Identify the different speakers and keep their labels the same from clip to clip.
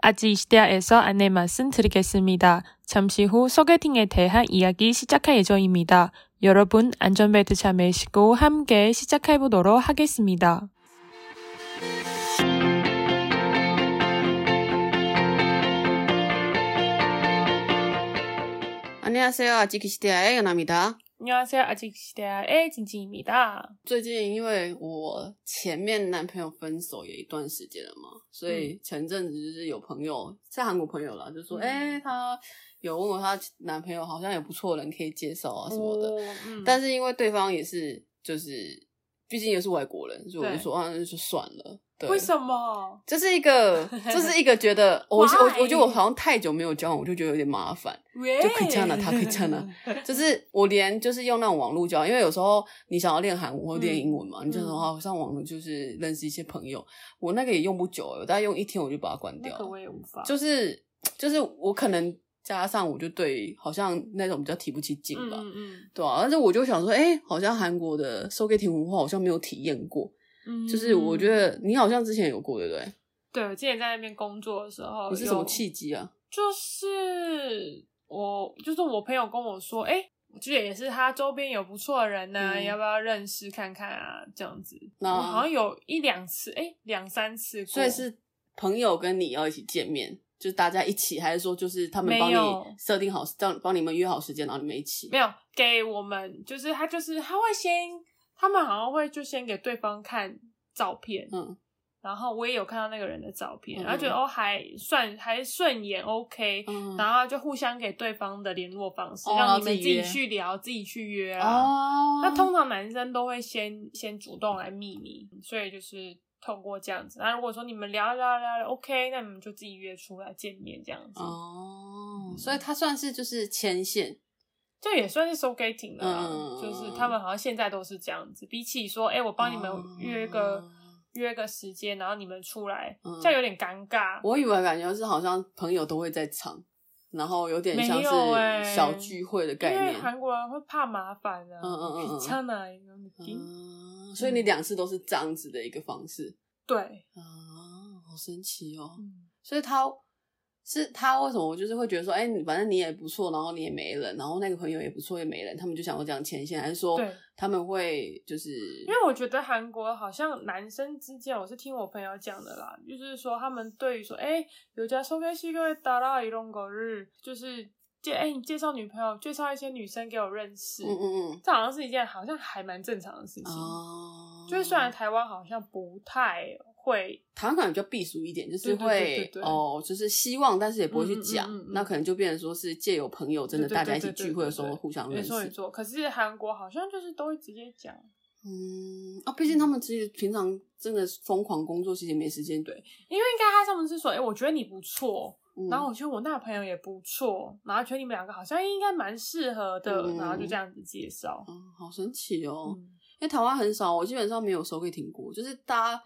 Speaker 1: 아직 이 시대에서 안내 말씀 드리겠습니다. 잠시 후 소개팅에 대한 이야기 시작할 예정입니다. 여러분 안전벨트 잘 매시고 함께 시작해 보도록 하겠습니다.
Speaker 2: 안녕하세요. 아지키 시대아의 연아입니다.
Speaker 1: 你好，我是시대아의 진진입니다.
Speaker 2: 最近因为我前面男朋友分手也一段时间了嘛，所以前阵子就是有朋友是韩国朋友啦，就说
Speaker 1: 嗯
Speaker 2: 哎、诶她有问我她男朋友好像有不错的人可以介绍啊什么的，
Speaker 1: 嗯
Speaker 2: 但是因为对方也是就是毕竟也是外国人，所以我就说啊那就算了。对，
Speaker 1: 为什么？
Speaker 2: 这是一个，这是一个觉得我我
Speaker 1: Why？
Speaker 2: 我觉得我好像太久没有交往，我就觉得有点麻烦。
Speaker 1: 喂
Speaker 2: 就可以这样了他可以这 样了就是我连就是用那种网络交友，因为有时候你想要练韩文或练英文嘛，你就说
Speaker 1: 嗯
Speaker 2: 啊，我上网络就是认识一些朋友，我那个也用不久，我大概用一天我就把它关掉
Speaker 1: 那
Speaker 2: 了
Speaker 1: 个我也无法。
Speaker 2: 就是就是我可能加上我就对好像那种比较提不起劲
Speaker 1: 嗯
Speaker 2: 吧，
Speaker 1: 嗯嗯
Speaker 2: 对啊，但是我就想说，哎、好像韩国的收 o 亭文化好像没有体验过，
Speaker 1: 嗯，
Speaker 2: 就是我觉得你好像之前有过，对不对？
Speaker 1: 对我之前在那边工作的时候，
Speaker 2: 你是什
Speaker 1: 哦
Speaker 2: 么
Speaker 1: 有
Speaker 2: 契机啊？
Speaker 1: 就是我，就是我朋友跟我说，哎、我觉得也是他周边有不错的人呢、
Speaker 2: 嗯
Speaker 1: 要不要认识看看啊？这样子，
Speaker 2: 那
Speaker 1: 我好像有一两次，哎、两三次过，
Speaker 2: 所以是朋友跟你要一起见面，就是大家一起，还是说就是他们
Speaker 1: 没
Speaker 2: 帮
Speaker 1: 有
Speaker 2: 你设定好，让帮你们约好时间，然后你们一起？
Speaker 1: 没有给我们，就是他就是他会先，他们好像会就先给对方看照片，
Speaker 2: 嗯，
Speaker 1: 然后我也有看到那个人的照片，
Speaker 2: 嗯
Speaker 1: 然后觉得哦还算还顺眼，OK，、
Speaker 2: 嗯
Speaker 1: 然后就互相给对方的联络方式，
Speaker 2: 哦
Speaker 1: 让你
Speaker 2: 自
Speaker 1: 们
Speaker 2: 己
Speaker 1: 自己
Speaker 2: 约
Speaker 1: 去聊，自己去约啊。
Speaker 2: 哦
Speaker 1: 那通常男生都会先先主动来密你，所以就是透过这样子。那如果说你们聊一聊聊一聊 OK，那你们就自己约出来见面这样子，
Speaker 2: 哦，
Speaker 1: 嗯
Speaker 2: 所以他算是就是牵线，
Speaker 1: 这也算是 so getting 了啦。
Speaker 2: 嗯
Speaker 1: 就是他们好像现在都是这样子，比起说，哎、我帮你们约个、
Speaker 2: 哦
Speaker 1: 约个时间，然后你们出来，
Speaker 2: 嗯
Speaker 1: 这样有点尴尬。
Speaker 2: 我以为感觉是好像朋友都会在场，然后有点
Speaker 1: 没
Speaker 2: 像
Speaker 1: 有欸
Speaker 2: 是小聚会的
Speaker 1: 因
Speaker 2: 概
Speaker 1: 为
Speaker 2: 念。
Speaker 1: 韩国人会怕麻烦啊，
Speaker 2: 嗯嗯嗯嗯
Speaker 1: 귀찮아이런 느낌。
Speaker 2: 嗯，所以你两次都是这样子的一个方式
Speaker 1: 对，
Speaker 2: 啊，好神奇哦。
Speaker 1: 嗯
Speaker 2: 所以他是他为什么我就是会觉得说，哎、你反正你也不错，然后你也没人，然后那个朋友也不错，也没人，他们就想要这样牵线，还是说
Speaker 1: 对，
Speaker 2: 他们会就是
Speaker 1: 因为我觉得韩国好像男生之间，我是听我朋友讲的啦，就是说他们对于说，哎、有家소개시켜달라이런거를就是介，哎、你介绍女朋友，介绍一些女生给我认识，
Speaker 2: 嗯嗯嗯
Speaker 1: 这好像是一件好像还蛮正常的事情。
Speaker 2: 哦，
Speaker 1: 就是虽然台湾好像不太会，
Speaker 2: 台湾可能比较避俗一点，就是
Speaker 1: 对对
Speaker 2: 会
Speaker 1: 对对对
Speaker 2: 哦，就是希望，但是也不会去讲，
Speaker 1: 嗯嗯嗯嗯嗯
Speaker 2: 那可能就变成说是借由朋友真的
Speaker 1: 对对
Speaker 2: 大家一起
Speaker 1: 对对
Speaker 2: 聚会的
Speaker 1: 对
Speaker 2: 时候
Speaker 1: 对
Speaker 2: 互相
Speaker 1: 没
Speaker 2: 认识，
Speaker 1: 错没错，可是韩国好像就是都会直接讲，
Speaker 2: 嗯啊，毕竟他们其实平常真的疯狂工作，其实也没时间对，
Speaker 1: 因为应该他上面是说，哎、我觉得你不错，
Speaker 2: 嗯
Speaker 1: 然后我觉得我那个朋友也不错，然后觉得你们两个好像应该蛮适合的，
Speaker 2: 嗯
Speaker 1: 然后就这样子介绍。
Speaker 2: 嗯，好神奇哦，
Speaker 1: 嗯
Speaker 2: 因为台湾很少，我基本上没有收给停过，就是大家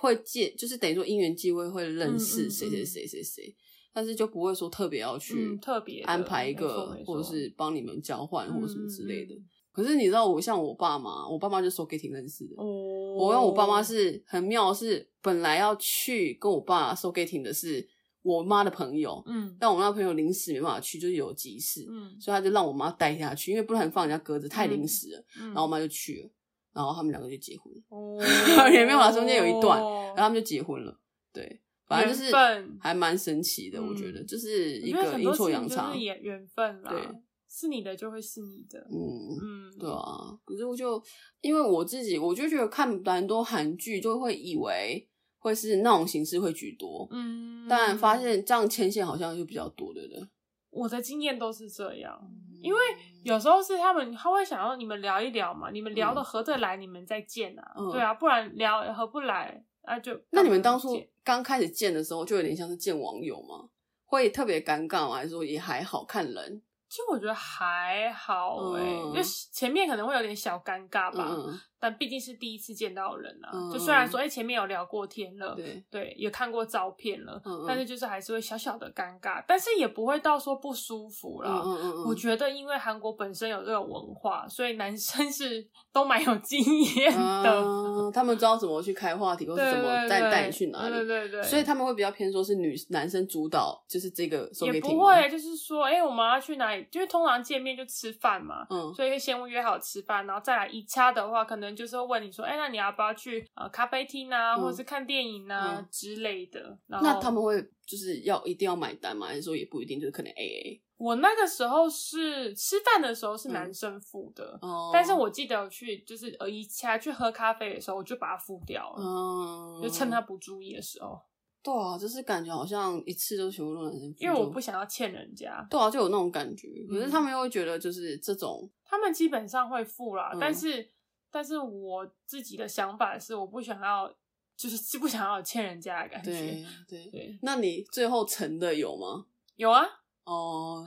Speaker 2: 会借，就是等于说因缘际会会认
Speaker 1: 嗯嗯
Speaker 2: 识
Speaker 1: 嗯
Speaker 2: 谁谁谁谁谁，但是就不会说特别要去
Speaker 1: 嗯，特别的
Speaker 2: 安排一
Speaker 1: 没错
Speaker 2: 个
Speaker 1: 没，错
Speaker 2: 或者是帮你们交换或者什么之类的
Speaker 1: 嗯嗯。
Speaker 2: 可是你知道，我像我爸妈，我爸妈就收给停认识的。
Speaker 1: 哦，
Speaker 2: 我
Speaker 1: 我
Speaker 2: 跟我爸妈是很妙，是本来要去跟我爸收给停的是我妈的朋友，
Speaker 1: 嗯
Speaker 2: 但我妈的朋友临时没办法去，就是有急事，
Speaker 1: 嗯
Speaker 2: 所以他就让我妈带下去，因为不然放人家鸽子太临时了。
Speaker 1: 嗯，
Speaker 2: 然后我妈就去了，然后他们两个就结婚了，
Speaker 1: 哦
Speaker 2: 也没有啦中间有一段然后他们就结婚了。对，反正就是
Speaker 1: 缘分
Speaker 2: 还蛮神奇的，我觉得
Speaker 1: 嗯
Speaker 2: 就是一
Speaker 1: 我觉得
Speaker 2: 个
Speaker 1: 很
Speaker 2: 阴
Speaker 1: 多事
Speaker 2: 错
Speaker 1: 情
Speaker 2: 阳差
Speaker 1: 就是。缘缘分啦，
Speaker 2: 对，
Speaker 1: 是你的就会是你的，
Speaker 2: 嗯，
Speaker 1: 嗯，
Speaker 2: 对啊。可是我就因为我自己，我就觉得看蛮多韩剧，就会以为会是那种形式会居多，
Speaker 1: 嗯，
Speaker 2: 但发现这样牵线好像就比较多，对不对？
Speaker 1: 我的经验都是这样，因为
Speaker 2: 嗯
Speaker 1: 有时候是他们他会想要你们聊一聊嘛，你们聊的合得来，你们再见啊，
Speaker 2: 嗯
Speaker 1: 对啊，不然聊合不来啊就
Speaker 2: 那你们
Speaker 1: 干
Speaker 2: 当
Speaker 1: 嘛
Speaker 2: 初
Speaker 1: 见
Speaker 2: 刚开始见的时候，就有点像是见网友吗？会特别尴尬吗？还是说也还好看人？
Speaker 1: 其实我觉得还好哎、因
Speaker 2: 嗯
Speaker 1: 为前面可能会有点小尴尬吧，
Speaker 2: 嗯，
Speaker 1: 但毕竟是第一次见到人啊。
Speaker 2: 嗯
Speaker 1: 就虽然说哎、前面有聊过天了，
Speaker 2: 对，
Speaker 1: 对，也看过照片了，
Speaker 2: 嗯嗯
Speaker 1: 但是就是还是会小小的尴尬，但是也不会到说不舒服
Speaker 2: 嗯
Speaker 1: 啦。
Speaker 2: 嗯嗯，
Speaker 1: 我觉得，因为韩国本身有这种文化，所以男生是都蛮有经验的。
Speaker 2: 嗯，他们知道怎么去开话题，或
Speaker 1: 对
Speaker 2: 是怎么
Speaker 1: 对
Speaker 2: 带
Speaker 1: 对，
Speaker 2: 带你去哪
Speaker 1: 对
Speaker 2: 里，
Speaker 1: 对对，
Speaker 2: 所以他们会比较偏说是女男生主导，就是这个说给
Speaker 1: 也
Speaker 2: 听。
Speaker 1: 不会，就是说，哎、我们要去哪里？就是通常见面就吃饭嘛，
Speaker 2: 嗯，
Speaker 1: 所以先约好吃饭，然后再来一掐的话，可能就是会问你说，哎、那你要不要去呃咖啡厅啊，
Speaker 2: 嗯
Speaker 1: 或者是看电影啊、
Speaker 2: 嗯
Speaker 1: 之类的？然后
Speaker 2: 那他们会就是要一定要买单吗？还是说也不一定，就是可能 A A
Speaker 1: 我那个时候是吃饭的时候是男生付的。
Speaker 2: 嗯哦，
Speaker 1: 但是我记得我去就是呃一掐去喝咖啡的时候，我就把它付掉了，
Speaker 2: 嗯，
Speaker 1: 就趁他不注意的时候，
Speaker 2: 对啊，就是感觉好像一次都全部都男生付
Speaker 1: 因为我
Speaker 2: 就
Speaker 1: 不想要欠人家。
Speaker 2: 对啊，就有那种感觉。可是
Speaker 1: 嗯
Speaker 2: 他们又会觉得就是这种，
Speaker 1: 他们基本上会付啦，
Speaker 2: 嗯
Speaker 1: 但是但是我自己的想法是，我不想要，就是不想要有欠人家的感觉。
Speaker 2: 对对。
Speaker 1: 对，
Speaker 2: 那你最后成的有吗？
Speaker 1: 有啊，，
Speaker 2: 哦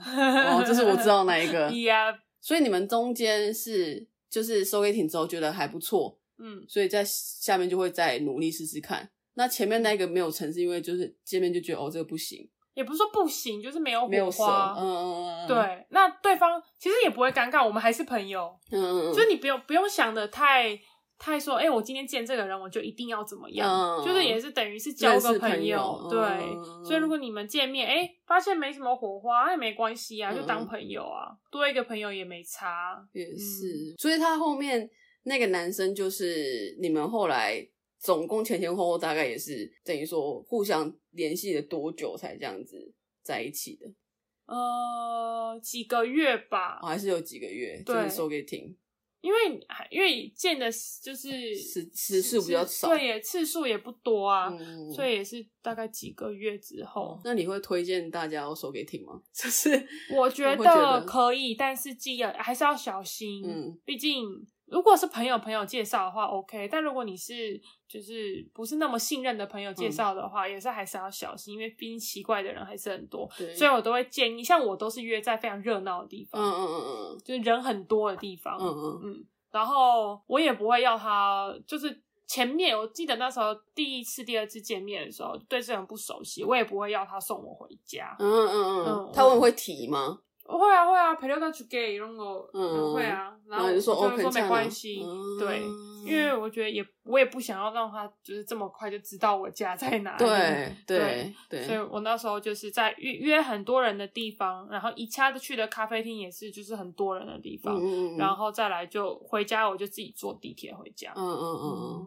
Speaker 2: 哦，就是我知道那一个。
Speaker 1: 呀，
Speaker 2: 所以你们中间是就是收给挺之后觉得还不错，
Speaker 1: 嗯，
Speaker 2: 所以在下面就会再努力试试看。那前面那
Speaker 1: 嗯
Speaker 2: 个没有成，是因为就是见面就觉得哦这个不行，
Speaker 1: 也不是说不行，就是没有
Speaker 2: 没有
Speaker 1: 火
Speaker 2: 蛇，
Speaker 1: 花。
Speaker 2: 嗯嗯嗯，嗯，
Speaker 1: 对，那对方其实也不会尴尬，我们还是朋友，
Speaker 2: 嗯嗯嗯，
Speaker 1: 就是你不用不用想的太太说，哎、我今天见这个人，我就一定要怎么样，
Speaker 2: 嗯
Speaker 1: 就是也是等于是交
Speaker 2: 认
Speaker 1: 个
Speaker 2: 识朋
Speaker 1: 友，
Speaker 2: 友
Speaker 1: 对。
Speaker 2: 嗯
Speaker 1: 所以如果你们见面，哎、发现没什么火花，那也没关系啊，
Speaker 2: 嗯
Speaker 1: 就当朋友啊，多一个朋友也没差。
Speaker 2: 也
Speaker 1: 嗯
Speaker 2: 是，所以他后面那个男生就是你们后来总共前前后后大概也是等于说互相联系了多久才这样子在一起的？
Speaker 1: 呃，几个月吧，
Speaker 2: 哦、还是有几个月，就
Speaker 1: 对
Speaker 2: 是说给停，
Speaker 1: 因为因为见的就是
Speaker 2: 时时数比较少
Speaker 1: 对也次数也不多啊，
Speaker 2: 嗯
Speaker 1: 所以也是大概几个月之后。
Speaker 2: 那你会推荐大家要说给停吗？ 就是
Speaker 1: 我觉
Speaker 2: 我会觉
Speaker 1: 得
Speaker 2: 得
Speaker 1: 可以，但是记得还是要小心。
Speaker 2: 嗯，
Speaker 1: 毕竟如果是朋友朋友介绍的话，OK；但如果你是就是不是那么信任的朋友
Speaker 2: 嗯
Speaker 1: 介绍的话，也是还是要小心，因为毕竟奇怪的人还是很多。
Speaker 2: 对
Speaker 1: 所以我都会建议，像我都是约在非常热闹的地
Speaker 2: 嗯
Speaker 1: 方，
Speaker 2: 嗯嗯
Speaker 1: 就是人很多的地方。
Speaker 2: 嗯嗯
Speaker 1: 嗯，然后我也不会要他，就是前面我记得那时候第一次、第二次见面的时候，对这个人不熟悉，我也不会要他送我回家。
Speaker 2: 嗯嗯嗯嗯
Speaker 1: 嗯，
Speaker 2: 他问会提吗？
Speaker 1: 会啊会啊，陪六到去给用过，
Speaker 2: 嗯
Speaker 1: 嗯会啊，
Speaker 2: 然
Speaker 1: 然
Speaker 2: 后
Speaker 1: 后
Speaker 2: 你就说
Speaker 1: 我
Speaker 2: 哦
Speaker 1: 就
Speaker 2: 可以
Speaker 1: 说
Speaker 2: 这样
Speaker 1: 没
Speaker 2: 啊
Speaker 1: 关系，
Speaker 2: 嗯
Speaker 1: 对，因为我觉得也我也不想要让他就是这么快就知道我家在哪里，
Speaker 2: 对对
Speaker 1: 对所以
Speaker 2: 对，
Speaker 1: 我那时候就是在约约很多人的地方，然后一掐去的咖啡厅也是就是很多人的地
Speaker 2: 嗯
Speaker 1: 方，
Speaker 2: 嗯嗯，
Speaker 1: 然后再来就回家，我就自己坐地铁回家，
Speaker 2: 嗯嗯嗯嗯，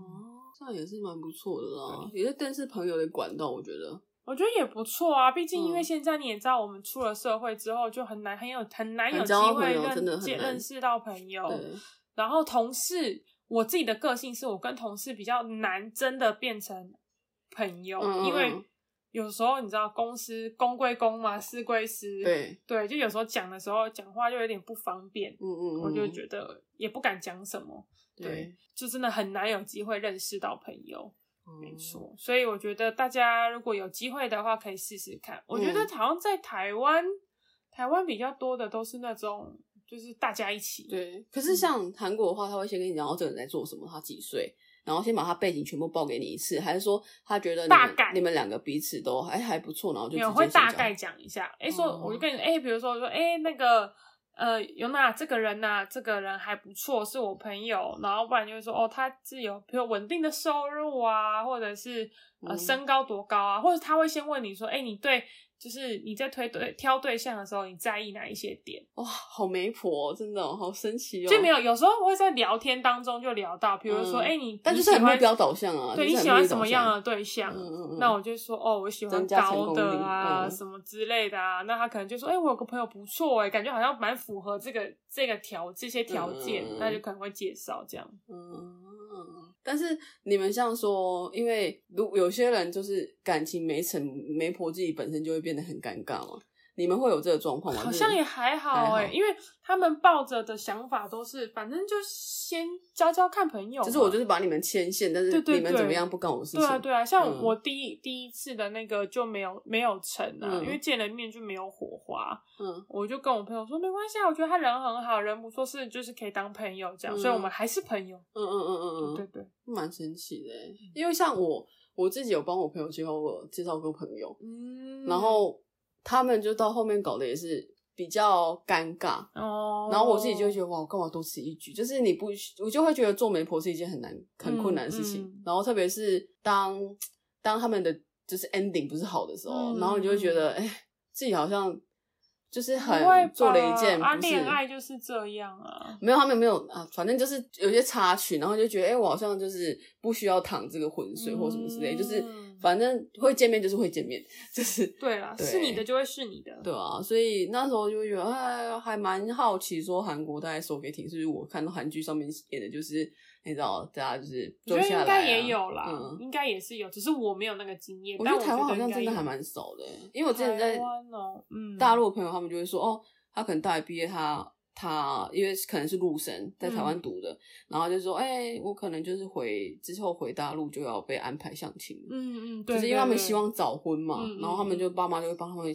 Speaker 2: 这样也是蛮不错的啦，也是但是朋友的管道，我觉得。
Speaker 1: 我觉得也不错啊，毕竟因为
Speaker 2: 嗯
Speaker 1: 现在你也知道，我们出了社会之后就很难很有很难有
Speaker 2: 很
Speaker 1: 机
Speaker 2: 交朋
Speaker 1: 会
Speaker 2: 友真的
Speaker 1: 认
Speaker 2: 很
Speaker 1: 见
Speaker 2: 难
Speaker 1: 认识到朋友，
Speaker 2: 对，
Speaker 1: 然后同事，我自己的个性是我跟同事比较难真的变成朋友，
Speaker 2: 嗯嗯
Speaker 1: 因为
Speaker 2: 嗯
Speaker 1: 有时候你知道公司公归公嘛，私归私，
Speaker 2: 对，
Speaker 1: 就有时候讲的时候讲话就有点不方便，
Speaker 2: 嗯嗯，
Speaker 1: 我就
Speaker 2: 嗯
Speaker 1: 觉得也不敢讲什么，
Speaker 2: 对，
Speaker 1: 就真的很难有机会认识到朋友。没
Speaker 2: 嗯，
Speaker 1: 错，所以我觉得大家如果有机会的话，可以试试看。我
Speaker 2: 嗯
Speaker 1: 觉得好像在台湾，台湾比较多的都是那种，就是大家一起，
Speaker 2: 对。
Speaker 1: 嗯
Speaker 2: 可是像韩国的话，他会先跟你讲，哦，这个人在做什么，他几岁，然后先把他背景全部报给你一次，还是说他觉得你
Speaker 1: 大
Speaker 2: 们
Speaker 1: 概
Speaker 2: 你们两个彼此都还还不错，然后就
Speaker 1: 没
Speaker 2: 直
Speaker 1: 有
Speaker 2: 接
Speaker 1: 会
Speaker 2: 先
Speaker 1: 大
Speaker 2: 讲啊
Speaker 1: 概讲一下。哎、说、
Speaker 2: 哦
Speaker 1: 我就跟你哎、比如说我说哎、那个呃尤娜这个人呐、这个人还不错，是我朋友。然后不然就会说哦，他是有比如稳定的收入啊，或者是呃
Speaker 2: 嗯
Speaker 1: 身高多高啊，或者他会先问你说，哎、你对就是你在推对挑对象的时候，你在意哪一些点？
Speaker 2: 哇，好媒婆哦，真的哦好神奇哦，
Speaker 1: 就没，有有时候会在聊天当中就聊到，比如说
Speaker 2: 嗯
Speaker 1: 哎、你
Speaker 2: 但
Speaker 1: 你
Speaker 2: 就是很
Speaker 1: 喜欢
Speaker 2: 目标导向啊，
Speaker 1: 对
Speaker 2: 就
Speaker 1: 你
Speaker 2: 是很
Speaker 1: 喜
Speaker 2: 目
Speaker 1: 欢
Speaker 2: 标
Speaker 1: 什
Speaker 2: 导
Speaker 1: 么样
Speaker 2: 向
Speaker 1: 的对象？
Speaker 2: 嗯嗯嗯，
Speaker 1: 那我就说哦，我喜欢
Speaker 2: 增加成
Speaker 1: 高
Speaker 2: 功
Speaker 1: 的
Speaker 2: 率
Speaker 1: 啊，
Speaker 2: 嗯
Speaker 1: 什么之类的啊。那他可能就说，哎、我有个朋友不错哎、感觉好像蛮符合这个这个条这些条件，
Speaker 2: 嗯嗯嗯
Speaker 1: 那就可能会介绍这样。
Speaker 2: 嗯，但是你们像说，因为如有些人就是感情没成，媒婆自己本身就会变得很尴尬嘛。你们会有这个状况吗？
Speaker 1: 好像也还好哎、
Speaker 2: 还好
Speaker 1: 因为他们抱着的想法都是，反正就先交交看朋友嘛。
Speaker 2: 就是我就是把你们牵线，但是
Speaker 1: 对对
Speaker 2: 你们怎么
Speaker 1: 对
Speaker 2: 样不干我事情。
Speaker 1: 对啊，对啊，像
Speaker 2: 嗯
Speaker 1: 我第一、第一次的那个就没有没有成啊，
Speaker 2: 嗯
Speaker 1: 因为见了面就没有火花。
Speaker 2: 嗯，
Speaker 1: 我就跟我朋友说没关系啊，我觉得他人很好，人不错，是就是可以当朋友这样，
Speaker 2: 嗯
Speaker 1: 所以我们还是朋友。
Speaker 2: 嗯嗯嗯嗯嗯，
Speaker 1: 对嗯对，
Speaker 2: 蛮神奇的欸。因为像我我自己有帮我朋友介绍过介绍过朋友，
Speaker 1: 嗯
Speaker 2: 然后他们就到后面搞得也是比较尴尬，
Speaker 1: 哦，
Speaker 2: 然后我自己就会觉得哇，我干嘛多此一举？就是你不，我就会觉得做媒婆是一件很难、很困难的事情。
Speaker 1: 嗯嗯
Speaker 2: 然后特别是当当他们的就是 ending 不是好的时候，
Speaker 1: 嗯
Speaker 2: 然后你就会觉得，哎、自己好像就是
Speaker 1: 不会
Speaker 2: 很做了一
Speaker 1: 吧
Speaker 2: 件
Speaker 1: 啊，
Speaker 2: 不是、
Speaker 1: 恋爱就是这样啊。
Speaker 2: 没有，他们没有啊，反正就是有一些插曲，然后就觉得，哎、我好像就是不需要淌这个浑水或什么之类，就是
Speaker 1: 嗯
Speaker 2: 反正会见面就是会见面，就是
Speaker 1: 对啦，
Speaker 2: 对
Speaker 1: 是你的就会是你的。
Speaker 2: 对啊，所以那时候就会觉得，哎，还蛮好奇，说韩国大概收给挺，是不是我看到韩剧上面演的，就是哎你知道，大家就是
Speaker 1: 我觉
Speaker 2: 坐
Speaker 1: 得
Speaker 2: 下来、啊，
Speaker 1: 应该也有啦，
Speaker 2: 嗯，
Speaker 1: 应该也是有，只是我没有那个经验。
Speaker 2: 我
Speaker 1: 但
Speaker 2: 觉
Speaker 1: 我
Speaker 2: 得台湾好像
Speaker 1: 应该
Speaker 2: 真的还
Speaker 1: 有
Speaker 2: 蛮少的欸、因为我之前在
Speaker 1: 台湾哦嗯
Speaker 2: 大陆的朋友，他们就会说，哦，他可能大学毕业他。他因为可能是陆生，在台湾读
Speaker 1: 嗯
Speaker 2: 的，然后就说：“哎、我可能就是回之后回大陆就要被安排相亲了，
Speaker 1: 嗯嗯，对，
Speaker 2: 就是因为他们
Speaker 1: 对
Speaker 2: 希望早婚嘛，
Speaker 1: 嗯嗯
Speaker 2: 然后他们就爸妈就会帮他们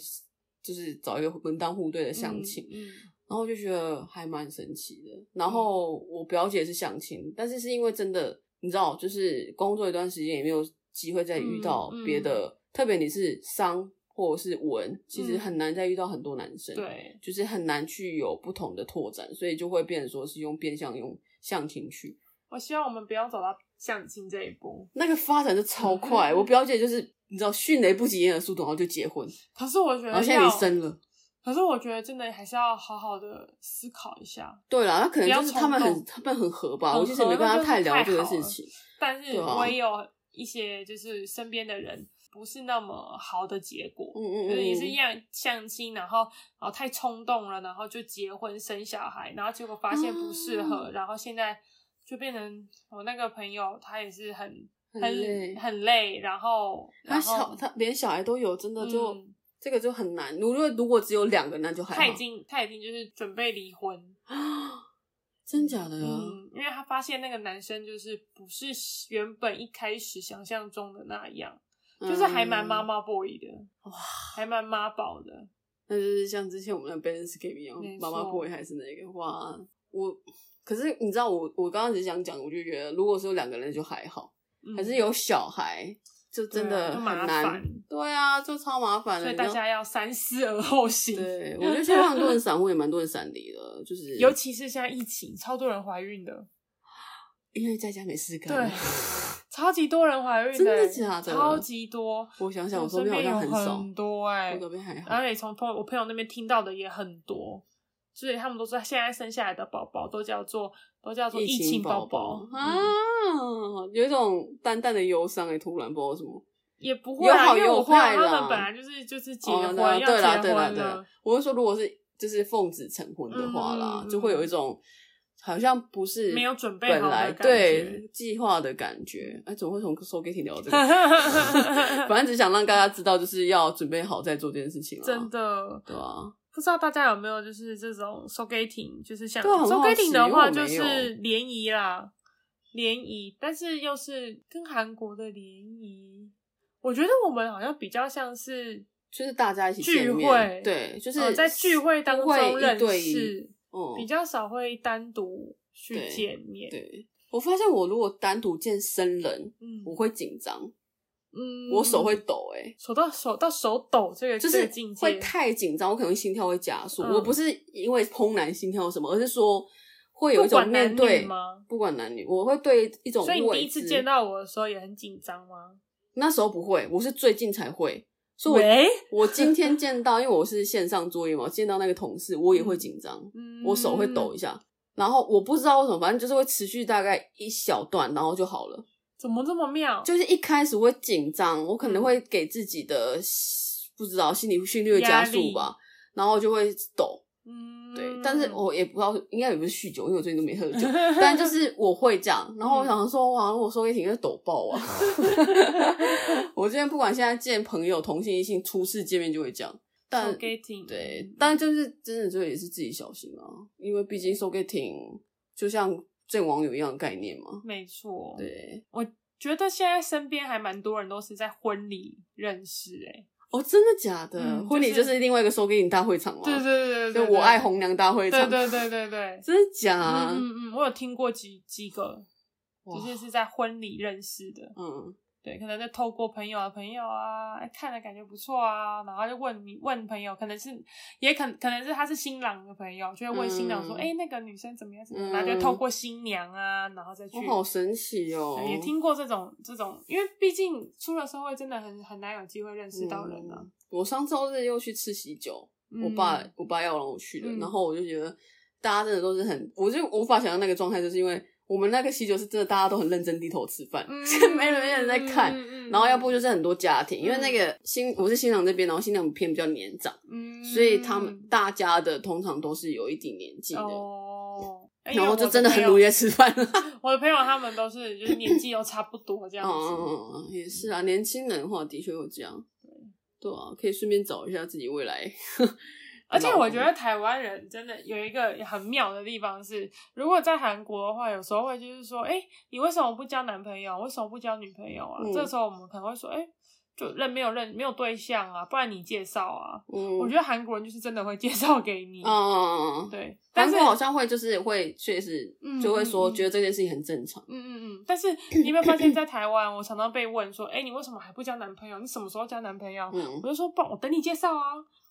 Speaker 2: 就是找一个门当户对的相亲。
Speaker 1: 嗯
Speaker 2: 然后我就觉得还蛮神奇的。然后我表姐是相亲，但是是因为真的，你知道，就是工作一段时间也没有机会再遇到
Speaker 1: 嗯嗯
Speaker 2: 别的，特别你是商或者是文，其实
Speaker 1: 嗯
Speaker 2: 很难再遇到很多男生，
Speaker 1: 嗯，对，
Speaker 2: 就是很难去有不同的拓展，所以就会变成说是用变相用相亲去，
Speaker 1: 我希望我们不要走到相亲这一步。
Speaker 2: 那个发展就超快。
Speaker 1: 嗯
Speaker 2: 我表姐就是你知道迅雷不及掩耳的速度，然后就结婚，
Speaker 1: 可是我觉得
Speaker 2: 然
Speaker 1: 要，
Speaker 2: 后哦现在也生了。
Speaker 1: 可是我觉得真的还是要好好的思考一下。
Speaker 2: 对啦，那可能
Speaker 1: 不要
Speaker 2: 就是他们
Speaker 1: 冲
Speaker 2: 很
Speaker 1: 动
Speaker 2: 他们很合吧，
Speaker 1: 很
Speaker 2: 我其实
Speaker 1: 合
Speaker 2: 没跟
Speaker 1: 那
Speaker 2: 他
Speaker 1: 就是
Speaker 2: 太聊
Speaker 1: 太
Speaker 2: 这个
Speaker 1: 好
Speaker 2: 事
Speaker 1: 了
Speaker 2: 情。
Speaker 1: 但是
Speaker 2: 对啊
Speaker 1: 我也有一些就是身边的人不是那么好的结果，
Speaker 2: 嗯嗯嗯，
Speaker 1: 就是也
Speaker 2: 嗯
Speaker 1: 是一样相亲，然后然后太冲动了，然后就结婚生小孩，然后结果发现不适合，
Speaker 2: 啊
Speaker 1: 然后现在就变成我那个朋友，他也是很
Speaker 2: 很累
Speaker 1: 很很累，然后
Speaker 2: 他
Speaker 1: 然后
Speaker 2: 小他连小孩都有，真的就、
Speaker 1: 嗯
Speaker 2: 这个就很难。如果如果只有两个，那就还好。
Speaker 1: 他已经他已经就是准备离婚，
Speaker 2: 真假的呀、啊
Speaker 1: 嗯，因为他发现那个男生就是不是原本一开始想象中的那样，就是还蛮妈
Speaker 2: 嗯，
Speaker 1: 妈 boy 的，
Speaker 2: 哇，
Speaker 1: 还蛮妈宝的，
Speaker 2: 那就是像之前我们的 balance game 一样
Speaker 1: 没，
Speaker 2: 妈妈
Speaker 1: 错
Speaker 2: boy 还是那个哇。我可是你知道我我刚刚只想讲，我就觉得如果是有两个人就还好，
Speaker 1: 嗯
Speaker 2: 可是有小孩就真
Speaker 1: 对啊
Speaker 2: 的
Speaker 1: 就
Speaker 2: 很
Speaker 1: 麻
Speaker 2: 难
Speaker 1: 烦。
Speaker 2: 对啊，就超麻烦
Speaker 1: 所
Speaker 2: 的。
Speaker 1: 以
Speaker 2: 你
Speaker 1: 大
Speaker 2: 知道
Speaker 1: 家要三思而后行。
Speaker 2: 对，我觉得现在很多人闪婚也蛮多人闪离的，就是
Speaker 1: 尤其是现在疫情，超多人怀孕的，
Speaker 2: 因为在家没事干。
Speaker 1: 对，超级多人怀孕
Speaker 2: 真的
Speaker 1: 欸
Speaker 2: 假的
Speaker 1: 超级多。
Speaker 2: 我想想，我身
Speaker 1: 身
Speaker 2: 边好
Speaker 1: 边有
Speaker 2: 像很少，
Speaker 1: 很多哎、
Speaker 2: 我这边还好。
Speaker 1: 然后也从朋友我朋友那边听到的也很多，所以他们都说现在生下来的宝宝都叫做都叫做疫情宝宝
Speaker 2: 啊
Speaker 1: 嗯，
Speaker 2: 有一种淡淡的忧伤哎，突然不知道为什么。
Speaker 1: 也不会啊，
Speaker 2: 有好
Speaker 1: 因为我
Speaker 2: 有
Speaker 1: 朋友
Speaker 2: 坏啦
Speaker 1: 他们本来就是就是结
Speaker 2: 哦
Speaker 1: 婚、
Speaker 2: 那
Speaker 1: 要
Speaker 2: 对啦，
Speaker 1: 结
Speaker 2: 对啦，
Speaker 1: 婚
Speaker 2: 对啦
Speaker 1: 了，。
Speaker 2: 我是说，如果是就是奉子成婚的话啦，
Speaker 1: 嗯嗯嗯
Speaker 2: 就会有一种好像不是
Speaker 1: 没有准备
Speaker 2: 本
Speaker 1: 好的
Speaker 2: 来
Speaker 1: 感觉
Speaker 2: 对计划的感觉。哎，怎么会从收给你聊这 个？反正只想让大家知道，就是要准备好再做这件事情啦。
Speaker 1: 真，的。
Speaker 2: 对啊，
Speaker 1: 不知道大家有没有就是这种 so gating，就是像
Speaker 2: 对啊很好奇
Speaker 1: so gating 的话就
Speaker 2: 因为我没
Speaker 1: 是联谊啦，联谊，但是又是跟韩国的联谊，我觉得我们好像比较像是
Speaker 2: 就是大家一起
Speaker 1: 聚
Speaker 2: 见面
Speaker 1: 会，
Speaker 2: 对，就是、
Speaker 1: 呃在聚会当
Speaker 2: 不会
Speaker 1: 中
Speaker 2: 一
Speaker 1: 认
Speaker 2: 对一
Speaker 1: 识，
Speaker 2: 嗯
Speaker 1: 比较少会单独去
Speaker 2: 对
Speaker 1: 见面。
Speaker 2: 对。我发现我如果单独见生人，
Speaker 1: 嗯
Speaker 2: 我会紧张，
Speaker 1: 嗯，
Speaker 2: 我手会抖、欸，哎，
Speaker 1: 手到手到手抖这个
Speaker 2: 就
Speaker 1: 这
Speaker 2: 是
Speaker 1: 个境界
Speaker 2: 会太紧张，我可能心跳会加速。
Speaker 1: 嗯
Speaker 2: 我不是因为怦然心跳什么，而是说会有一
Speaker 1: 不
Speaker 2: 种
Speaker 1: 管
Speaker 2: 面
Speaker 1: 男
Speaker 2: 对
Speaker 1: 女吗？
Speaker 2: 不管男女，我会对一种
Speaker 1: 所以你
Speaker 2: 未
Speaker 1: 第一次
Speaker 2: 知
Speaker 1: 见到我的时候也很紧张吗？
Speaker 2: 那时候不会，我是最近才会。所以我
Speaker 1: 喂，
Speaker 2: 我今天见到，因为我是线上作业嘛，见到那个同事，我也会紧张，
Speaker 1: 嗯
Speaker 2: 我手会抖一下。然后我不知道为什么，反正就是会持续大概一小段，然后就好了。
Speaker 1: 怎么这么妙？
Speaker 2: 就是一开始会紧张，我
Speaker 1: 嗯
Speaker 2: 可能会给自己的不知道心理训练加速
Speaker 1: 压
Speaker 2: 吧，然后就会抖。
Speaker 1: 嗯，
Speaker 2: 对，但是我也 不知道，应该也不是酗酒，因为我最近都没喝 酒，但就是我会这样。然后我
Speaker 1: 嗯
Speaker 2: 想说，哇，我收给挺是抖爆 啊！我今天不管现在见朋友同性异性初次见面就会这样，但
Speaker 1: so getting
Speaker 2: 对
Speaker 1: 嗯，
Speaker 2: 但就是真的就也是自己小心啊，因为毕竟 s o g e t t i n 就像见网友一样的概念嘛。
Speaker 1: 嗯没错，
Speaker 2: 对，
Speaker 1: 我觉得现在身边还蛮多人都是在婚礼认识、欸，哎，
Speaker 2: 哦，真的假的？
Speaker 1: 嗯
Speaker 2: 婚礼
Speaker 1: 就
Speaker 2: 就是是另外一个 s o g e t t i n 大会场嘛。
Speaker 1: 对对对对
Speaker 2: 就
Speaker 1: 对，
Speaker 2: 我爱
Speaker 1: 红，
Speaker 2: 红娘大会
Speaker 1: 对
Speaker 2: 场。
Speaker 1: 对 对对对，
Speaker 2: 真的假？
Speaker 1: 嗯嗯嗯，我有听过几几个，
Speaker 2: 啊哇
Speaker 1: 就是是在婚礼认识的，
Speaker 2: 嗯，
Speaker 1: 对，可能就透过朋友啊朋友啊，哎看了感觉不错啊，然后就问你问朋友，可能是也可可能是他是新郎的朋友，就会问新郎说，
Speaker 2: 嗯
Speaker 1: 哎、那个女生怎么样怎么样，
Speaker 2: 嗯
Speaker 1: 然后就透过新娘啊，然后再去
Speaker 2: 我。好神奇哦！
Speaker 1: 对也听过这种这种，因为毕竟出了社会，真的很很难有机会认识到人啊。
Speaker 2: 嗯我上周日又去吃喜酒，嗯我爸我爸要让我去的，
Speaker 1: 嗯
Speaker 2: 然后我就觉得大家真的都是很，我就无法想象那个状态，就是因为我们那个喜酒是真的大家都很认真低头吃饭，
Speaker 1: 嗯
Speaker 2: 没人没人在看。
Speaker 1: 嗯
Speaker 2: 然后要不就是很多家庭，因为
Speaker 1: 嗯
Speaker 2: 那个新我是新郎这边，然后新娘偏比较年长，
Speaker 1: 嗯
Speaker 2: 所以他们大家的通常都是有一点年纪的，
Speaker 1: 哦，哎
Speaker 2: 然后就真的很。
Speaker 1: 因为我
Speaker 2: 如
Speaker 1: 朋友
Speaker 2: 约吃饭了。
Speaker 1: 我的朋友他们都是就是年纪都差不多这样子，
Speaker 2: 嗯，也是啊，年轻人的话的确有这样。对啊，可以顺便找一下自己未来。
Speaker 1: 而且我觉得台湾人真的有一个很妙的地方是，如果在韩国的话，有时候会就是说，哎、你为什么不交男朋友？为什么不交女朋友啊？
Speaker 2: 嗯
Speaker 1: 这时候我们可能会说，哎、就认没有认没有对象啊，不然你介绍啊。
Speaker 2: 嗯，
Speaker 1: 我觉
Speaker 2: 得
Speaker 1: 得韩国人就是真的会介绍给你，
Speaker 2: 嗯，
Speaker 1: 对，但
Speaker 2: 韩
Speaker 1: 是
Speaker 2: 国好像会就是会确实
Speaker 1: 嗯
Speaker 2: 就会说
Speaker 1: 嗯嗯
Speaker 2: 觉得这件事情很正常。
Speaker 1: 嗯嗯嗯，但是你有没有发现，在台湾，我常常被问说：“哎、你为什么还不交男朋友？你什么时候交男朋友？”
Speaker 2: 嗯，
Speaker 1: 我就说：“不，我等你介绍啊，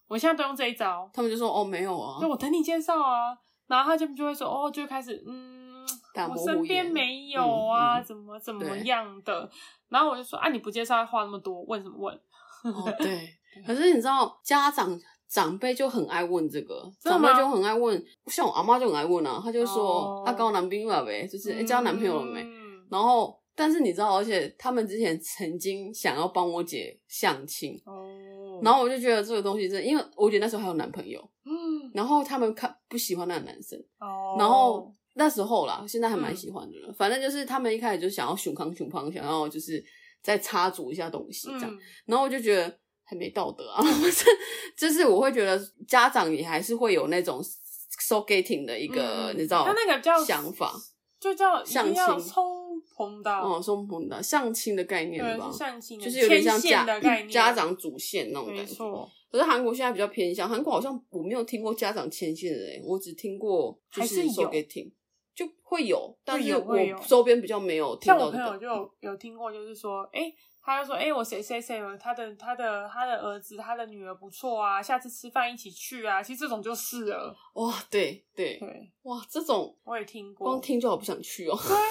Speaker 1: 我现在都用这一招，
Speaker 2: 他们就说哦没有啊
Speaker 1: 那，我等你介绍啊。”然后他就就会说：“哦，就会开始嗯
Speaker 2: 打，
Speaker 1: 我
Speaker 2: 模糊
Speaker 1: 身边
Speaker 2: 眼
Speaker 1: 没有啊，
Speaker 2: 嗯嗯
Speaker 1: 怎么怎么
Speaker 2: 对
Speaker 1: 样的。”然后我就说：“啊，你不介绍，话那么多，问什么问？
Speaker 2: 哦 对。可是你知道家长长辈就很爱问这个，
Speaker 1: 真的
Speaker 2: 长辈
Speaker 1: 吗
Speaker 2: 就很爱问，像我阿妈就很爱问啊，她就说
Speaker 1: 哦
Speaker 2: 她交男朋友了没，就是诶交男朋友了没，
Speaker 1: 嗯
Speaker 2: 然后。但是你知道，而且他们之前曾经想要帮我姐相亲，
Speaker 1: 哦，
Speaker 2: 然后我就觉得这个东西真的，因为我姐那时候还有男朋友，
Speaker 1: 嗯，
Speaker 2: 然后他们看不喜欢那个男生，
Speaker 1: 哦，
Speaker 2: 然后那时候啦，现在还蛮
Speaker 1: 嗯
Speaker 2: 喜欢的了。反正就是他们一开始就想要熊康熊康，想要就是再插足一下东西这样，
Speaker 1: 嗯
Speaker 2: 然后我就觉得很没道德啊， 这就是我会觉得家长也还是会有那种 so getting 的一个、
Speaker 1: 嗯
Speaker 2: 你知道
Speaker 1: 他那个叫
Speaker 2: 想法，
Speaker 1: 就叫一
Speaker 2: 相
Speaker 1: 定要
Speaker 2: 亲
Speaker 1: 冲蓬的，
Speaker 2: 哦，松蓬的相亲的概念
Speaker 1: 对，
Speaker 2: 吧
Speaker 1: 是。相亲的，
Speaker 2: 就是有点像
Speaker 1: 牵线
Speaker 2: 家
Speaker 1: 的概念，
Speaker 2: 家长主线那种
Speaker 1: 没
Speaker 2: 感觉，
Speaker 1: 错，
Speaker 2: 可是韩国现在比较偏向，韩国好像我没有听过家长牵线的人，我只听过就
Speaker 1: 还是有
Speaker 2: so getting，就会有，但是
Speaker 1: 有
Speaker 2: 我
Speaker 1: 会有
Speaker 2: 周边比较没有听
Speaker 1: 像
Speaker 2: 到
Speaker 1: 我
Speaker 2: 这
Speaker 1: 朋友
Speaker 2: 个。嗯
Speaker 1: 就有有听过，就是说，哎、他就说，哎、我谁谁谁，他的他的他的儿子，他的女儿不错啊，下次吃饭一起去啊。其实这种就是了，
Speaker 2: 哇，对对，
Speaker 1: 对，
Speaker 2: 哇，这种
Speaker 1: 我也听过。
Speaker 2: 光听就好不想去哦。
Speaker 1: 对啊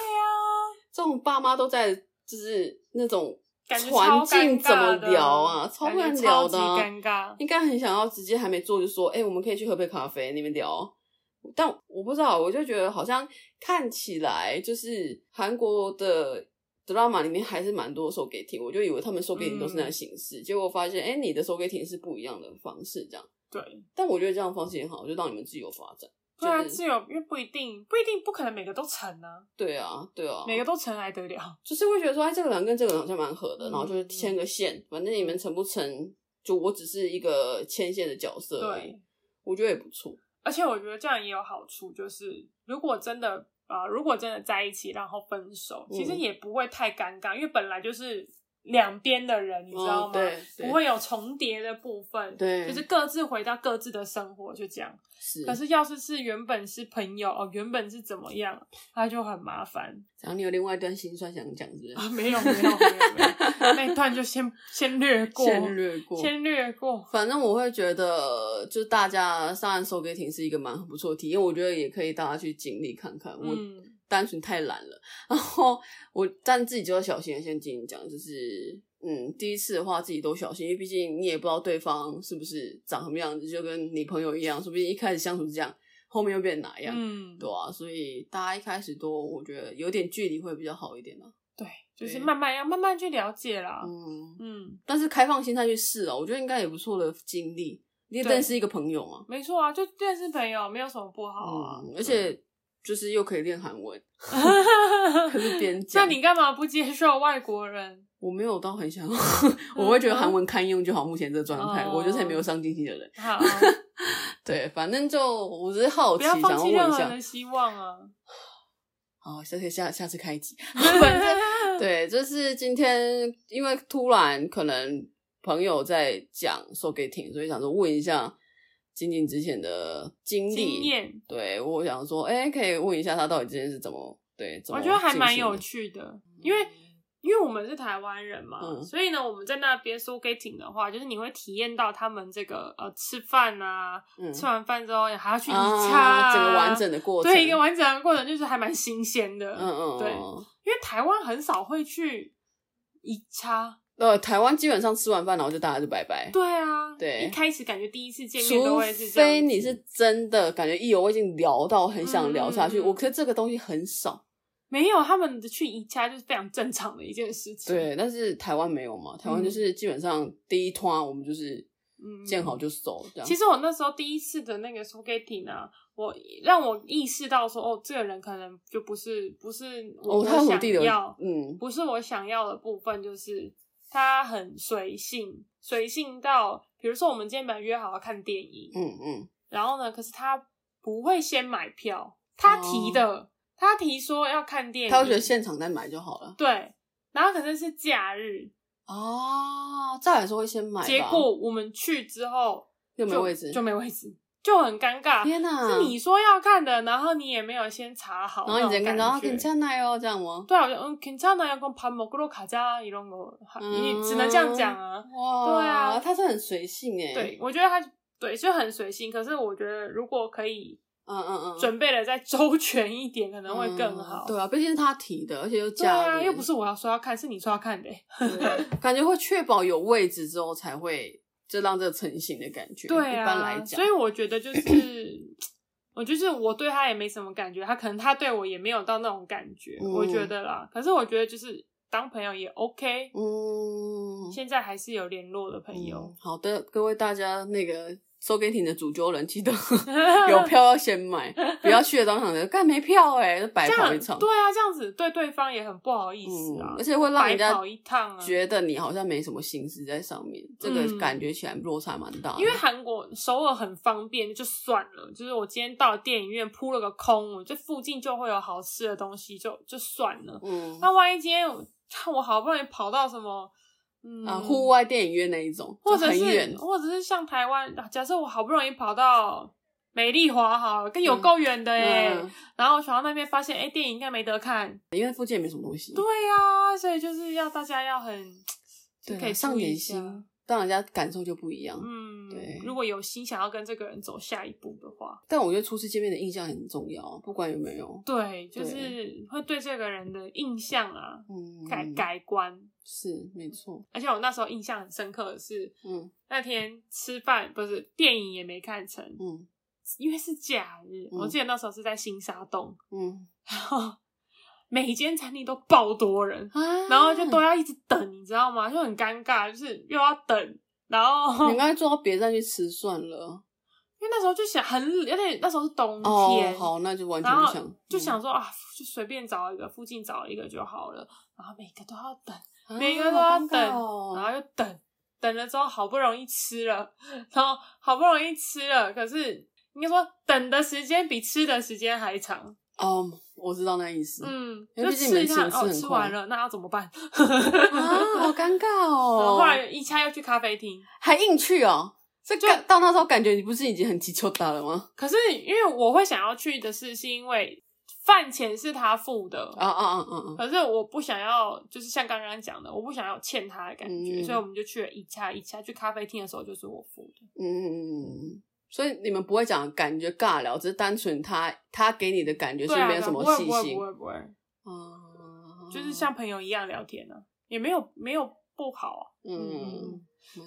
Speaker 1: 呀、
Speaker 2: 这种爸妈都在就是那种
Speaker 1: 感觉
Speaker 2: 环
Speaker 1: 超
Speaker 2: 境
Speaker 1: 尴
Speaker 2: 怎么
Speaker 1: 尬的
Speaker 2: 聊啊，超
Speaker 1: 感觉
Speaker 2: 难聊
Speaker 1: 超
Speaker 2: 的、
Speaker 1: 级
Speaker 2: 啊，
Speaker 1: 尴尬。
Speaker 2: 应该很想要直接还没做就说，哎、我们可以去喝杯咖啡，你们聊哦。但我不知道，我就觉得好像看起来就是韩国的 drama 里面还是蛮多收给听，我就以为
Speaker 1: 嗯
Speaker 2: 他们收给听都是那样的形式，结果发现，哎、你的收给听是不一样的方式，这样。
Speaker 1: 对，
Speaker 2: 但我觉得这样的方式也好，就让你们自由发展。
Speaker 1: 对啊，
Speaker 2: 就是
Speaker 1: 自由，因为不一定，不一定，不可能每个都成啊，
Speaker 2: 对啊，对啊，
Speaker 1: 每个都成还得了？
Speaker 2: 就是会觉得说，哎，这个人跟这个人好像蛮合的，
Speaker 1: 嗯
Speaker 2: 然后就是牵个线，反正你们成不成，就我只是一个牵线的角色而已。
Speaker 1: 对，
Speaker 2: 我觉得也不错。
Speaker 1: 而且我觉得这样也有好处，就是如果真的啊、呃如果真的在一起，然后分手，
Speaker 2: 嗯
Speaker 1: 其实也不会太尴尬，因为本来就是两边的人，你知道
Speaker 2: 嗯
Speaker 1: 吗？
Speaker 2: 对，对
Speaker 1: 不会有重叠的部分，
Speaker 2: 对
Speaker 1: 就是各自回到各自的生活，就这样。
Speaker 2: 是，
Speaker 1: 可是要是是原本是朋友哦，原本是怎么样，那就很麻烦
Speaker 2: 然后你有另外一段心酸想讲，是不是？
Speaker 1: 啊！没有没有没有，没有那一段就先先略过，
Speaker 2: 先略过。
Speaker 1: 先略过，
Speaker 2: 反正我会觉得，就大家上岸收给艇是一个蛮不错的体验，我觉得也可以大家去经历看看。我
Speaker 1: 嗯
Speaker 2: 单纯太懒了，然后我但自己就要小心。先跟你讲，就是嗯，第一次的话自己都小心，因为毕竟你也不知道对方是不是长什么样子，就跟你朋友一样，说不定一开始相处是这样，后面又变哪样，
Speaker 1: 嗯，
Speaker 2: 对啊，所以大家一开始都我觉得有点距离会比较好一点啊。
Speaker 1: 对，就是
Speaker 2: 对
Speaker 1: 慢慢要慢慢去了解啦，
Speaker 2: 嗯，
Speaker 1: 嗯
Speaker 2: 但是开放心态去试啊，我觉得应该也不错的经历。你也
Speaker 1: 对
Speaker 2: 认识一个朋友嘛，
Speaker 1: 没错啊，就认识朋友没有什么不好啊。
Speaker 2: 嗯，而且就是又可以练韩 文， 可是边
Speaker 1: 那
Speaker 2: 讲
Speaker 1: 你干嘛不接受外国人？
Speaker 2: 我没有到很想， 我会觉得韩文堪用就好。目前这个状态，
Speaker 1: 嗯哦
Speaker 2: 我就是很没有上进心的人。
Speaker 1: 好，
Speaker 2: 对，反正就我只是好
Speaker 1: 不
Speaker 2: 奇，
Speaker 1: 要
Speaker 2: 想
Speaker 1: 放
Speaker 2: 要
Speaker 1: 弃
Speaker 2: 问
Speaker 1: 任
Speaker 2: 一
Speaker 1: 何人
Speaker 2: 下
Speaker 1: 的。希望 啊！
Speaker 2: 好，下次下下次开一集。反正
Speaker 1: 嗯
Speaker 2: 对，就是今天因为突然可能朋友在讲说给听，所以想说问一下晶晶之前的经
Speaker 1: 经
Speaker 2: 历。
Speaker 1: 验，
Speaker 2: 对，我想说，哎、可以问一下他到底之前是怎么对？怎么
Speaker 1: 我觉得还蛮有
Speaker 2: 进行
Speaker 1: 趣
Speaker 2: 的。
Speaker 1: 的，因为因为我们是台湾人嘛，
Speaker 2: 嗯
Speaker 1: 所以呢，我们在那边 so getting 的话，就是你会体验到他们这个呃吃饭啊，
Speaker 2: 嗯
Speaker 1: 吃完饭之后还要去理查、
Speaker 2: 啊，整个完整的过程，
Speaker 1: 对一个完整的过程，就是还蛮新鲜的。
Speaker 2: 嗯嗯，
Speaker 1: 对
Speaker 2: 嗯
Speaker 1: 因为台湾很少会去一叉，
Speaker 2: 呃，台湾基本上吃完饭然后就大家就拜拜，
Speaker 1: 对啊，
Speaker 2: 对
Speaker 1: 一开始感觉第一次见面都
Speaker 2: 除
Speaker 1: 会是这
Speaker 2: 非
Speaker 1: 样子，
Speaker 2: 你是真的感觉意犹未尽，聊到很想聊下
Speaker 1: 嗯
Speaker 2: 去。
Speaker 1: 嗯嗯
Speaker 2: 我觉得这个东西很少，
Speaker 1: 没有他们的去一叉就是非常正常的一件事情，，
Speaker 2: 对，但是台湾没有嘛，台湾就是基本上第一趟我们就是
Speaker 1: 嗯
Speaker 2: 见好就走这样。
Speaker 1: 其实我那时候第一次的那个 s u g e t t i 呢，我让我意识到说，哦，这个人可能就不是不是我
Speaker 2: 哦，
Speaker 1: 我
Speaker 2: 他有什么
Speaker 1: 想
Speaker 2: 地理
Speaker 1: 要，
Speaker 2: 嗯，
Speaker 1: 不是我想要的部分，就是他很随性，随性到，比如说我们今天本来约好要看电影，
Speaker 2: 嗯嗯，
Speaker 1: 然后呢，可是他不会先买票，他提的，他提说要看电影，
Speaker 2: 哦他会觉得现场再买就好了。
Speaker 1: 对，然后可是是假日，
Speaker 2: 哦，照来说会先买吧，
Speaker 1: 结果我们去之后
Speaker 2: 又没
Speaker 1: 就
Speaker 2: 位置
Speaker 1: 就。没位置，就很尴尬。
Speaker 2: 天哪！
Speaker 1: 是你说要看的，然后你也没有先查好，
Speaker 2: 然后你直接跟
Speaker 1: 感
Speaker 2: 到啊，
Speaker 1: 觉
Speaker 2: 괜찮아요这样吗？
Speaker 1: 对啊，我就嗯，괜찮아요，跟밥먹으러가자 이런 거，你
Speaker 2: 嗯
Speaker 1: 只能这样讲啊。
Speaker 2: 哇，
Speaker 1: 对啊
Speaker 2: 他是很随性哎。，
Speaker 1: 对，我觉得他对是很随性，可是我觉得如果可以
Speaker 2: 嗯嗯嗯，
Speaker 1: 准备的再周全一点，可能会更好
Speaker 2: 嗯。对啊，毕竟是他提的，而且又
Speaker 1: 对
Speaker 2: 假
Speaker 1: 啊，
Speaker 2: 日
Speaker 1: 又不是我要说要看，是你说要看的欸、
Speaker 2: 对感觉会确保有位置之后才会，就让这个成型的感觉。
Speaker 1: 对
Speaker 2: 一般来
Speaker 1: 啊，
Speaker 2: 讲，
Speaker 1: 所以我觉得就是。我就是我对他也没什么感觉，他可能他对我也没有到那种感觉，
Speaker 2: 嗯
Speaker 1: 我觉得啦。可是我觉得就是当朋友也 OK，
Speaker 2: 嗯，
Speaker 1: 现在还是有联络的朋友
Speaker 2: 嗯。好的，各位大家那个收给艇的主揪人，记得有票要先买，不要去了当场的干没票哎、就白
Speaker 1: 这
Speaker 2: 跑
Speaker 1: 样
Speaker 2: 一场。
Speaker 1: 对啊，这样子对对方也很不好意思
Speaker 2: 嗯
Speaker 1: 啊，，
Speaker 2: 而且会让
Speaker 1: 白
Speaker 2: 人家
Speaker 1: 跑一趟啊
Speaker 2: 觉得你好像没什么心思在上面，这个
Speaker 1: 嗯
Speaker 2: 感觉起来落差蛮大的。
Speaker 1: 因为韩国首尔很方便，就算了。就是我今天到电影院扑了个空，我这附近就会有好吃的东西，就就算了。
Speaker 2: 嗯
Speaker 1: 那万一今天我看 我好不容易跑到什么，嗯，
Speaker 2: 啊，户外电影院那一种，
Speaker 1: 或
Speaker 2: 就
Speaker 1: 者
Speaker 2: 很远
Speaker 1: 是或者是像台湾，啊假设我好不容易跑到美丽华好了，跟有够远的哎、
Speaker 2: 嗯，
Speaker 1: 然后我跑到那边发现，哎、电影应该没得看。
Speaker 2: 因为附近也没什么东西。
Speaker 1: 对呀、所以就是要大家要很，就
Speaker 2: 对啊，
Speaker 1: 可以
Speaker 2: 上
Speaker 1: 注意一
Speaker 2: 点
Speaker 1: 下
Speaker 2: 心，让人家感受就不一样。
Speaker 1: 嗯，
Speaker 2: 对
Speaker 1: 如果有心想要跟这个人走下一步的话，
Speaker 2: 但我觉得初次见面的印象很重要，不管有没有，
Speaker 1: 对，就
Speaker 2: 对
Speaker 1: 是会对这个人的印象啊
Speaker 2: 嗯，
Speaker 1: 改改观。
Speaker 2: 是没错，
Speaker 1: 而且我那时候印象很深刻的是，
Speaker 2: 嗯
Speaker 1: 那天吃饭不是电影也没看成，
Speaker 2: 嗯
Speaker 1: 因为是假日。
Speaker 2: 嗯
Speaker 1: 我记得那时候是在新沙洞，
Speaker 2: 嗯
Speaker 1: 然后每间餐厅都爆多人，
Speaker 2: 啊
Speaker 1: 然后就都要一直等，你知道吗？就很尴尬，就是又要等，然后
Speaker 2: 你应该坐到别站去吃算了。
Speaker 1: 因为那时候就想很有点，那时候是冬
Speaker 2: 哦
Speaker 1: 天，，
Speaker 2: 好，那就完
Speaker 1: 嗯
Speaker 2: 全
Speaker 1: 然
Speaker 2: 不
Speaker 1: 后
Speaker 2: 想，嗯
Speaker 1: 就想说、啊，就随便找一个附近找一个就好了，然后每个都要等，
Speaker 2: 嗯
Speaker 1: 每个都要等
Speaker 2: 啊好尴尬
Speaker 1: 然
Speaker 2: 哦
Speaker 1: 后又等，等了之后好不容易吃了， 然后好不容易吃了，可是应该说等的时间比吃的时间还长，
Speaker 2: 哦，我知道那意思。
Speaker 1: 嗯，
Speaker 2: 因
Speaker 1: 就
Speaker 2: 为毕竟你们
Speaker 1: 吃一下
Speaker 2: 请吃
Speaker 1: 哦，
Speaker 2: 很
Speaker 1: 吃
Speaker 2: 快
Speaker 1: 完了那要怎么办？
Speaker 2: 啊，好尴尬
Speaker 1: 然
Speaker 2: 哦！
Speaker 1: 后后来一下又去咖啡厅，
Speaker 2: 还硬去哦，这
Speaker 1: 就
Speaker 2: 感到那时候感觉你不是已经很急求打了吗？
Speaker 1: 可是因为我会想要去的是，是因为饭钱是他付的
Speaker 2: 啊啊啊啊啊！
Speaker 1: 可是我不想要，就是像刚刚讲的，我不想要欠他的感觉，
Speaker 2: 嗯
Speaker 1: 所以我们就去了一家一家去咖啡厅的时候，就是我付的。
Speaker 2: 嗯嗯嗯嗯嗯。所以你们不会讲感觉尬聊，只是单纯他他给你的感觉是
Speaker 1: 对啊，
Speaker 2: 没有什么
Speaker 1: 不会
Speaker 2: 细
Speaker 1: 不会
Speaker 2: 心
Speaker 1: 不，会不会，
Speaker 2: 啊，
Speaker 1: 就是像朋友一样聊天啊，也没有没有不好啊。
Speaker 2: 嗯，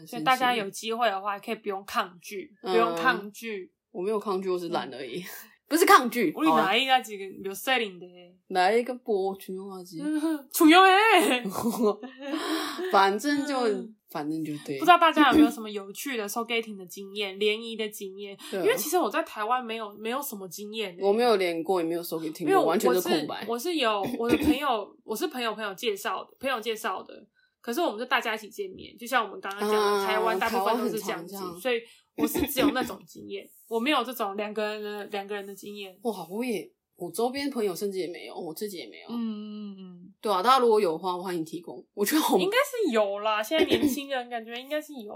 Speaker 1: 所以大家
Speaker 2: 有。
Speaker 1: 有机会的话，可以不用抗拒，
Speaker 2: 嗯
Speaker 1: 不用抗拒。嗯
Speaker 2: 我没有抗拒，我是懒而已。不是抗拒。
Speaker 1: 우리
Speaker 2: 好啊
Speaker 1: 나이가 지금 몇
Speaker 2: 哦
Speaker 1: 살인데.
Speaker 2: 나이가 뭐 중요하지?
Speaker 1: 嗯 중요해.
Speaker 2: 反正就
Speaker 1: 嗯
Speaker 2: 反正就对，
Speaker 1: 不知道大家有没有什么有趣的 soul dating 的经验、联谊的经验？
Speaker 2: 对啊
Speaker 1: 因为其实我在台湾没有没有什么经验欸、
Speaker 2: 我没有连过，也没有收给听
Speaker 1: 因为
Speaker 2: 过，
Speaker 1: 我
Speaker 2: 完全
Speaker 1: 我
Speaker 2: 是
Speaker 1: 是
Speaker 2: 空白。
Speaker 1: 我是有我的朋友，我是朋友朋友介绍的，朋友介绍的。可是我们是大家一起见面，就像我们刚刚讲的，
Speaker 2: 啊
Speaker 1: 台湾大部分都是这
Speaker 2: 台湾
Speaker 1: 样子
Speaker 2: 很常这样，
Speaker 1: 所以我是只有那种经验，我没有这种两个人的两个人的经验。
Speaker 2: 哇，我也我周边朋友甚至也没有，我自己也没有。
Speaker 1: 嗯嗯嗯，
Speaker 2: 对啊，大家如果有的话，欢迎提供。我觉得好，
Speaker 1: 应该是有啦，现在年轻人感觉应该是有，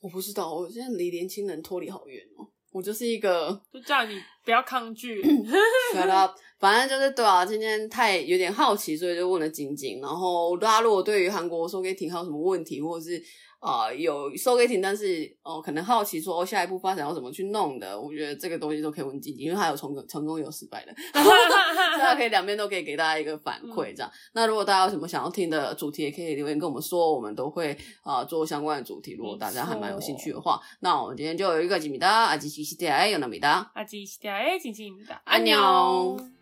Speaker 2: 我不知道，我现在离年轻人脱离好远哦。我就是一个
Speaker 1: 就叫你不要抗拒。
Speaker 2: shut up，反正就是对啊。今天太有点好奇，所以就问了晶晶。然后大家如果对于韩国收给挺还有什么问题，或者是啊、呃有收给挺，但是哦、可能好奇说、哦、下一步发展要怎么去弄的，我觉得这个东西都可以问晶晶，因为他有成功成功有失败的。 大家可以两边都可以给大家一个反馈，这样。那如果大家有什么想要听的主题，也可以留言跟我们说，我们都会啊、呃做相关的主题。如果大家还蛮有兴趣的话，那我们今啊哎
Speaker 1: 啊
Speaker 2: 天就有一个吉米达，阿吉西西达，有那米达。
Speaker 1: 哎 아직 시대의 진지입니다.
Speaker 2: 안녕.
Speaker 1: 안녕.